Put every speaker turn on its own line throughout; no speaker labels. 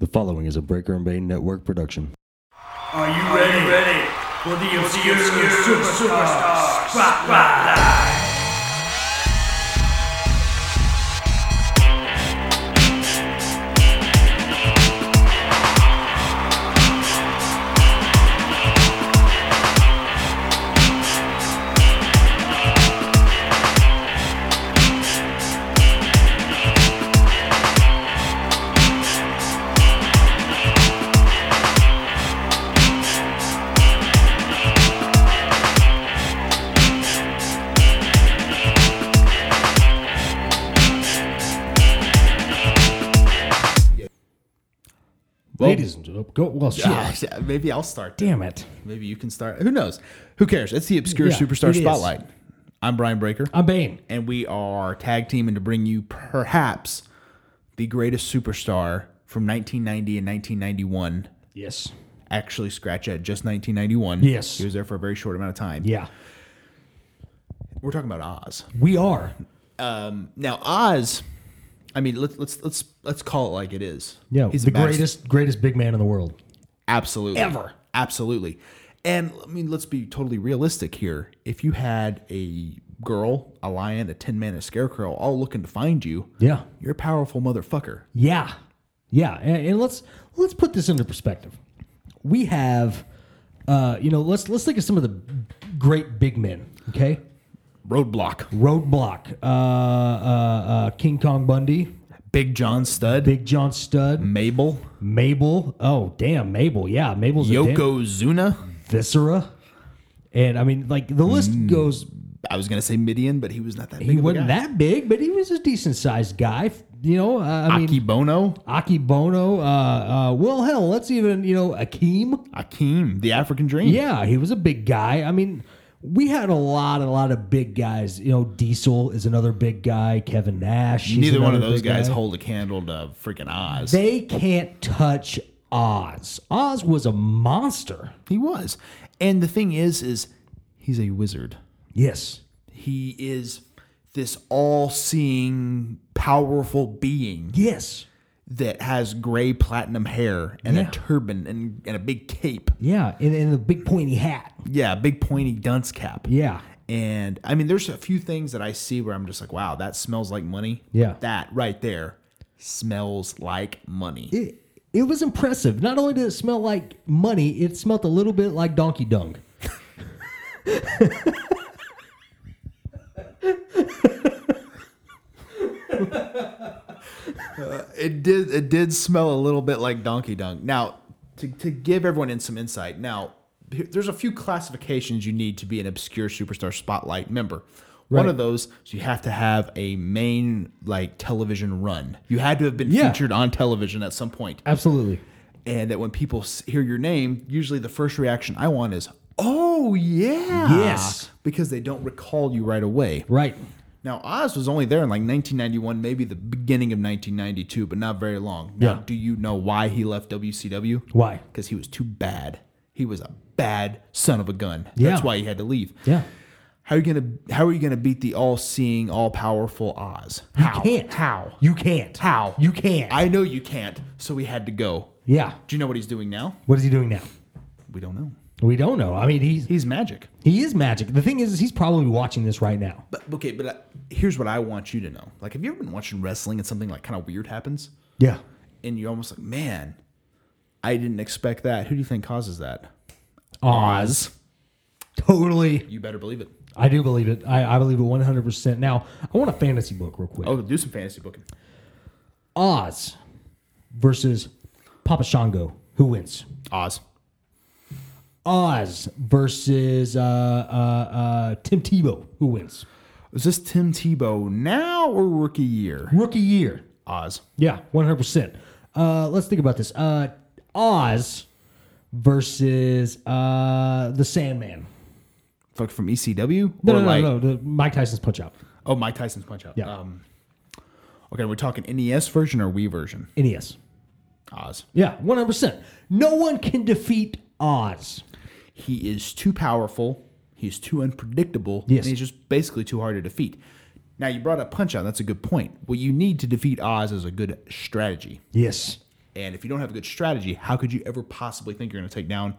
The following is a Breaker and Bane Network production.
Are you ready, ready for the obscure, superstar, spotlight?
Ladies and gentlemen, go well. Shit.
Ah, yeah, maybe I'll start.
Damn it!
Maybe you can start. Who knows? Who cares? It's the Obscure
Yeah,
Superstar
it is.
Spotlight. I'm Brian Breaker,
I'm Bane.
and we are tag teaming to bring you perhaps the greatest superstar from 1990 and 1991.
Yes.
Actually, scratch at just 1991.
Yes.
He was there for a very short amount of time.
Yeah.
We're talking about Oz.
We are.
Now, Oz, I mean, let's let's let's let's call it like it is.
Yeah.
He's
the
master-
greatest, greatest big man in the world.
Absolutely.
Ever.
Absolutely. And I mean, let's be totally realistic here. If you had a girl, a lion, a tin man, a scarecrow all looking to find you,
Yeah.
you're a powerful motherfucker.
Yeah. Yeah. And, and let's let's put this into perspective. We have, uh, you know, let's let's think of some of the great big men. Okay.
Roadblock.
Roadblock, uh, uh, uh, King Kong Bundy,
Big John Stud.
Big John Stud,
Mabel.
Mabel. Oh damn, Mabel. Yeah, Mabel's a damn-
Yokozuna.
Viscera, and I mean, like the list goes
I was going to say Midian, but he was not that Mm. big.
he
of a
wasn't
guy.
that big, but he was a decent sized guy. f- You know, uh, I
Aki
mean,
Bono.
Aki Bono. Uh, uh, well, hell, let's even you know
Hmm.
Akeem.
Akeem, the African Dream.
Yeah, he was a big guy. I mean, we had a lot, a lot of big guys. You know, Diesel is another big guy. Kevin Nash. he's
Neither one of
another
those
big
guys
guy.
hold a candle to freaking Oz.
They can't touch Oz. Oz was a monster.
he was. And the thing is, is he's a wizard.
Yes.
He is this all seeing, powerful being
Yes.
that has gray platinum hair and
Yeah.
a turban and, and a big cape.
Yeah, and, and the big pointy hat.
Yeah, a big pointy dunce cap.
Yeah.
And I mean, there's a few things that I see where I'm just like, wow, that smells like money.
Yeah.
That right there smells like money.
it, it was impressive. Not only did it smell like money, it smelled a little bit like donkey dung.
It did. It did smell a little bit like Donkey Dunk. Now, to, to give everyone in some insight, now here- there's a few classifications you need to be an obscure superstar spotlight member. One
Right.
of those is you have to have a main like television run. You had to have been
Yeah.
featured on television at some point,
Absolutely.
and that when people s- hear your name, usually the first reaction I want is, "Oh yeah,
Yes.
because they don't recall you right away.
Right.
Now Oz was only there in like 1991, maybe the beginning of 1992, but not very long. Now,
Yeah.
do you know why he left WCW?
Why?
Because he was too bad. He was a bad son of a gun.
Yeah.
That's why he had to leave.
Yeah.
How are you gonna How are you gonna beat the all-seeing, all-powerful Oz?
You
How?
can't.
How?
You can't.
How?
You can't.
I know you can't. So he had to go.
yeah.
Do you know what he's doing now?
What is he doing now?
We don't know.
We don't know. I mean, he's
He's magic.
he is magic. The thing is, is he's probably watching this right now.
But okay, but uh, here's what I want you to know. Like, have you ever been watching wrestling and something like kind of weird happens?
Yeah.
and you're almost like, man, I didn't expect that. Who do you think causes that?
Oz. Totally.
You better believe it.
I do believe it. I, I believe it 100%. Now, I want a fantasy book real quick.
Oh, do some fantasy booking.
Oz versus Papa Shango. Who wins?
Oz.
Oz versus uh, uh, uh, Tim Tebow. Who wins?
Is this Tim Tebow now or rookie year?
Rookie year.
Oz.
Yeah, 100%. Uh, let's think about this. Uh, Oz versus uh, the Sandman.
Fuck from ECW
No,
or
no, no,
like
no, the Mike Tyson's punch out.
oh Mike Tyson's punch out.
Yeah.
Um, okay, we're talking NES version or Wii version.
NES.
Oz.
E Yeah, 100%. No one can defeat Oz.
He is too powerful. He's too unpredictable.
Yes.
And he's just basically too hard to defeat. Now you brought up punch out. That's a good point. What you need to defeat Oz is a good strategy.
Yes.
And if you don't have a good strategy, how could you ever possibly think you're going to take down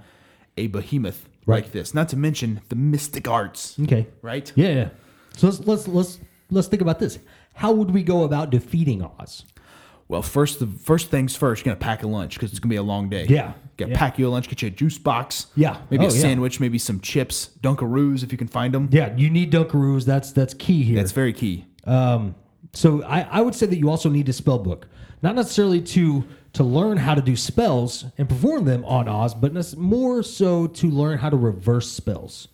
a behemoth
Right.
like this? Not to mention the mystic arts.
Okay.
Right?
Yeah, yeah. So let's let's let's let's think about this. How would we go about defeating Oz?
Well, first the first things first, you're gonna pack a lunch because it's gonna be a long day.
Yeah.
Gotta
Yeah.
pack you a lunch, get you a juice box.
Yeah.
Maybe
Oh,
a
yeah.
sandwich, maybe some chips, Dunkaroos if you can find them.
Yeah, you need Dunkaroos. That's that's key here.
That's very key.
so I, I would say that you also need a spell book, not necessarily to to learn how to do spells and perform them on Oz, but nes- more so to learn how to reverse spells,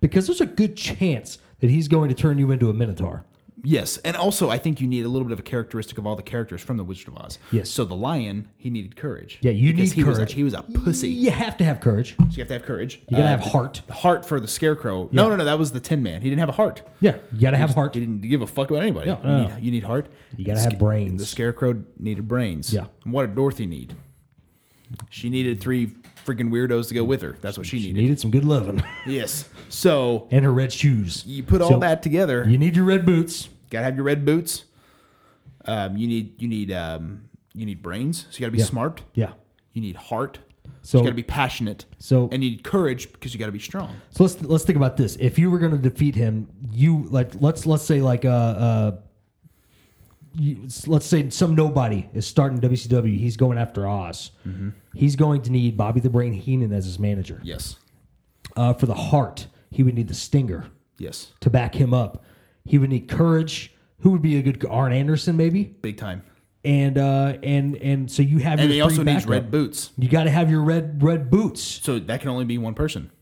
because there's a good chance that he's going to turn you into a Minotaur.
Yes, and also I think you need a little bit of a characteristic of all the characters from The Wizard of Oz.
Yes.
So the lion, he needed courage.
Yeah, you need
Because he was a-
courage.
he was a pussy.
You have to have courage.
So you have to have courage.
You gotta
Uh,
have heart.
Heart for the scarecrow. No, no, no. That was the Tin Man. He didn't have a heart.
Yeah, you gotta have heart.
He didn't give a fuck about anybody.
Yeah,
you,
no,
need, you need heart.
You gotta
The
have
sca-
brains.
The scarecrow needed brains.
Yeah.
And what did Dorothy need? She needed three freaking weirdos to go with her. That's what she,
You
needed.
needed some good loving
Yes. So
and her red shoes.
you put all
So
that together.
You need your red boots.
gotta have your red boots. Um, you need you need um, you need brains. So you gotta be smart.
Yeah.
You need heart.
So-
So you gotta be passionate.
so-
and you need courage because you gotta be strong.
So let's let's think about this. If you were going to defeat him, you like let's let's say like uh uh. You, let's say some nobody is starting WCW. He's going after Oz.
Mm-hmm.
He's going to need Bobby the Brain Heenan as his manager.
Yes.
Uh, for the heart, he would need the Stinger
Yes.
to back him up. He would need courage. Who would be a good Arn Anderson maybe?
Big time.
And
And
uh, and and so you have.
and
your
he
three
also needs
backup.
red boots.
You got to have your red red boots.
So that can only be one person.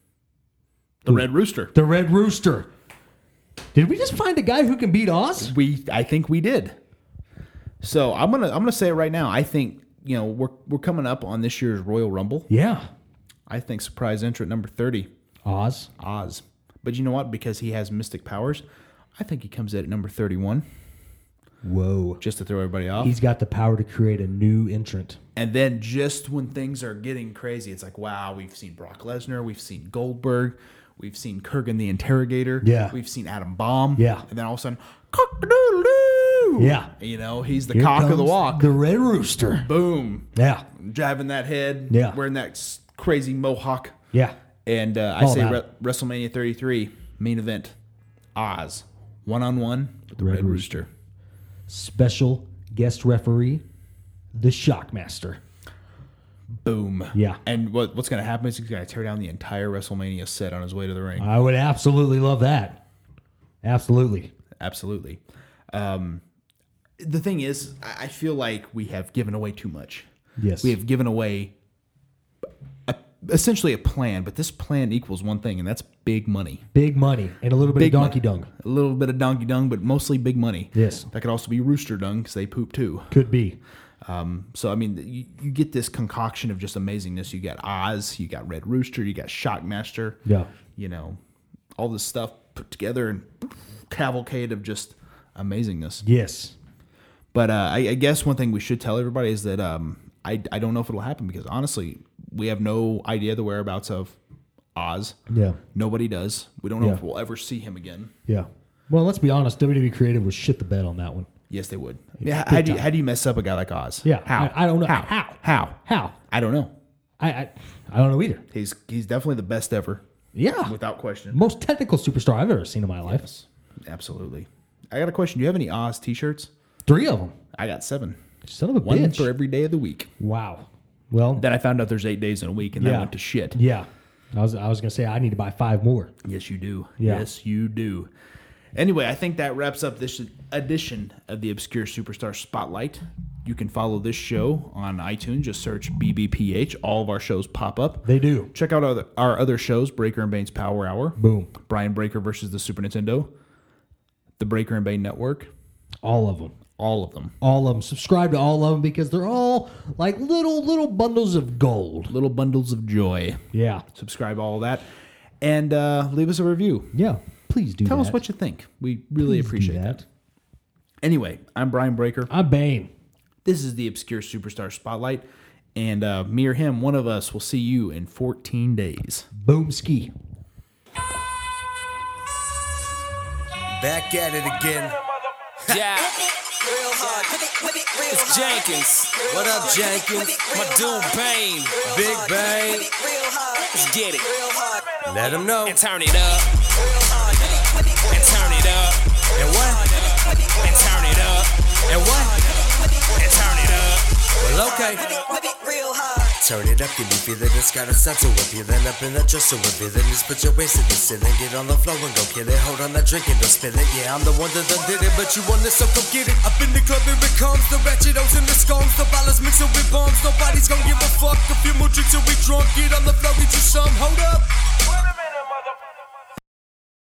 The Red Rooster.
The Red Rooster. Did we just find a guy who can beat Oz?
We I think we did. So I'm gonna I'm gonna say it right now. I think you know we're we're coming up on this year's Royal Rumble.
Yeah.
I think surprise entrant number thirty,
Oz.
Oz. But you know what? Because he has mystic powers, I think he comes in at number thirty-one
Whoa.
just to throw everybody off.
He's got the power to create a new entrant.
and then just when things are getting crazy, it's like wow, we've seen Brock Lesnar, we've seen Goldberg, we've seen Kurgan the Interrogator,
Yeah.
we've seen Adam Bomb,
Yeah.
and then all of a sudden, cock-a-doodle-doo!
Yeah.
you know he's the
Here
cock of
comes
the walk.
The Red Rooster.
boom,
Yeah.
driving that head,
Yeah.
wearing that s- crazy mohawk.
Yeah.
And uh, I
All
say
about
Re- WrestleMania 33 main event, Oz one on one with the
Red
Red, Rooster.
Special guest referee, the Shockmaster.
Boom.
Yeah.
And what what's gonna happen is he's gonna tear down the entire WrestleMania set on his way to the ring.
I would absolutely love that. Absolutely.
Absolutely. Um, the thing is, I I feel like we have given away too much.
Yes.
We have given away a, essentially a plan, but this plan equals one thing, and that's big money.
Big money and a little bit
Big
of donkey
money.
dung.
A little bit of donkey dung, but mostly big money.
Yes.
That could also be rooster dung because they poop too.
Could be.
So, I mean, you, you get this concoction of just amazingness. You got Oz, you got Red Rooster, you got Shockmaster.
Yeah.
You know, all this stuff put together and cavalcade of just amazingness.
Yes.
But uh, I, I guess one thing we should tell everybody is that um, I, I don't know if it'll happen because honestly, we have no idea the whereabouts of Oz.
Yeah.
Nobody does. We don't know
Mm-hmm. Yeah.
if we'll ever see him again.
Yeah. Well, let's be honest. WWE Creative was shit the bed on that one.
Yes, they would. Yeah, how, do you,
time.
how do you mess up a guy like Oz?
Yeah,
How?
I- I don't know.
How?
How?
How?
How?
I don't know.
I I, I don't know either.
He's he's definitely the best ever,
Yeah.
without question.
Most technical superstar I've ever seen in my life.
Absolutely. I got a question. Do you have any Oz T-shirts?
Three of them.
I got seven.
Son of a
One
bitch.
for every day of the week.
Wow. Well,
Then I found out there's eight days in a week, and
Yeah.
that went to shit.
yeah. I was I was gonna say I need to buy five more.
Yes, you do.
Yeah.
Yes, you do. Anyway, I think that wraps up this edition of the Obscure Superstar Spotlight. You can follow this show on iTunes. Just search BBPH. All of our shows pop up.
They do.
Check out our, our other shows Breaker and Bane's Power Hour,
Boom.
Brian Breaker versus the Super Nintendo, the Breaker and Bane Network,
All of them.
all of them.
All of them. Subscribe to all of them because they're all like little little bundles of gold.
Little bundles of joy.
Yeah.
Subscribe, all that. And uh, leave us a review.
Yeah. Please do.
Tell
that.
us what you think. We really
Please do
appreciate that. Anyway, I'm Brian Breaker.
I'm Bane.
This is the Obscure Superstar Spotlight, and uh, me or him, one of us, will see you in 14 days.
Boomski.
Back at it again.
Yeah.
real hard. Whip it, whip it real
It's
hard.
Jenkins.
Real
What up,
hard.
Jenkins?
Whip it real
My dude,
hard.
Bane.
Real
Big
hard.
Bane.
Whip it real hard.
Let's get it.
Real hard.
Let them know. And turn it up.
Real hard. Whip it, whip it real
And turn it up. And what? And turn it up. And what? And turn it up. Well, okay.
Whip it real hard.
Turn it up, you beefy, then it's got a sense of whip you, then up in that dresser whip you, then just put your waist in the sit and get on the floor and go get it. Hold on that drink and don't spill it. Yeah, I'm the one that done did it, but you want this, so go get it. Up in the club, here it comes, the ratchet O's and the scones, the ballers mixing with bombs. Nobody's gonna give a fuck. A few more drinks and we drunk, get on the floor, get you some. Hold up.